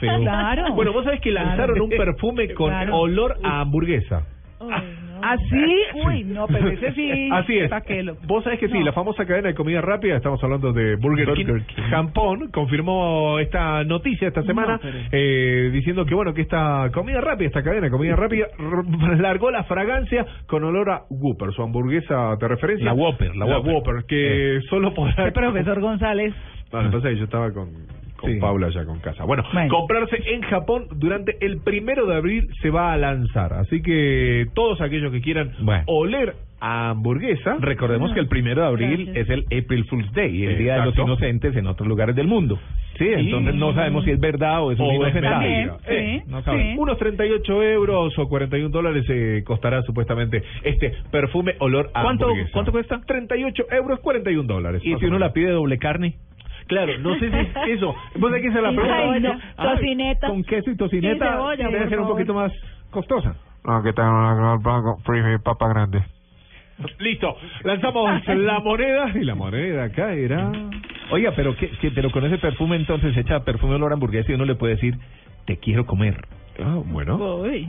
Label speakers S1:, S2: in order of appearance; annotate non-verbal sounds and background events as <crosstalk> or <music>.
S1: feo.
S2: Claro.
S1: Bueno, vos sabés que lanzaron un perfume con
S2: Claro.
S1: olor a hamburguesa.
S2: Así, uy, no, pero ese sí.
S1: Ah, <laughs> Así es.
S2: pa' que lo-
S1: Vos sabés que sí,
S2: No.
S1: la famosa cadena de comida rápida, estamos hablando de Burger,
S3: Burger
S1: King.
S3: King.
S1: Jampón confirmó esta noticia esta semana,
S2: No, pero-
S1: eh, diciendo que bueno, que esta comida rápida, esta cadena de comida rápida, r- largó la fragancia con olor a Whopper, su hamburguesa de referencia.
S3: La Whopper, la Whopper.
S1: que solo podrá...
S2: El profesor González.
S1: No, lo que pasa es que yo estaba con, con
S3: Sí.
S1: Paula ya con casa. Bueno,
S2: Bueno.
S1: comprarse en Japón durante el primero de abril se va a lanzar. Así que todos aquellos que quieran
S3: Bueno.
S1: oler a hamburguesa.
S3: Recordemos que el primero de abril
S2: Ah, Gracias.
S3: es el April Fool's Day, el Día de los
S1: Exacto.
S3: Inocentes en otros lugares del mundo. Sí, entonces no sabemos si es verdad o es un
S1: O es
S3: inocente. Eh,
S1: mentira.
S2: También, sí,
S3: no sabemos.
S1: Unos 38 euros o 41 dólares eh, costará supuestamente este perfume olor a
S3: ¿Cuánto-
S1: hamburguesa.
S3: cuánto cuesta?
S1: 38 euros, 41 dólares.
S3: Y
S1: más
S3: si
S1: o
S3: uno la
S1: menos.
S3: pide doble carne,
S1: Claro, no sé si es eso. Vos sabés que esa es la
S4: Y
S1: pregunta.
S4: Ay, no.
S3: Ay,
S4: Tocineta.
S3: con queso y tocineta
S4: Y cebolla,
S3: debe
S4: por
S3: ser un
S4: favor.
S3: poquito más costosa.
S5: No, que tengan una gran blanco, frijol y papa grande.
S1: Listo,
S3: <laughs>
S1: lanzamos la moneda y la moneda caerá.
S3: Oiga, pero que, pero con ese perfume entonces echa perfume olor a hamburguesa y uno le puede decir, te quiero comer.
S1: Ah, bueno.
S2: Uy.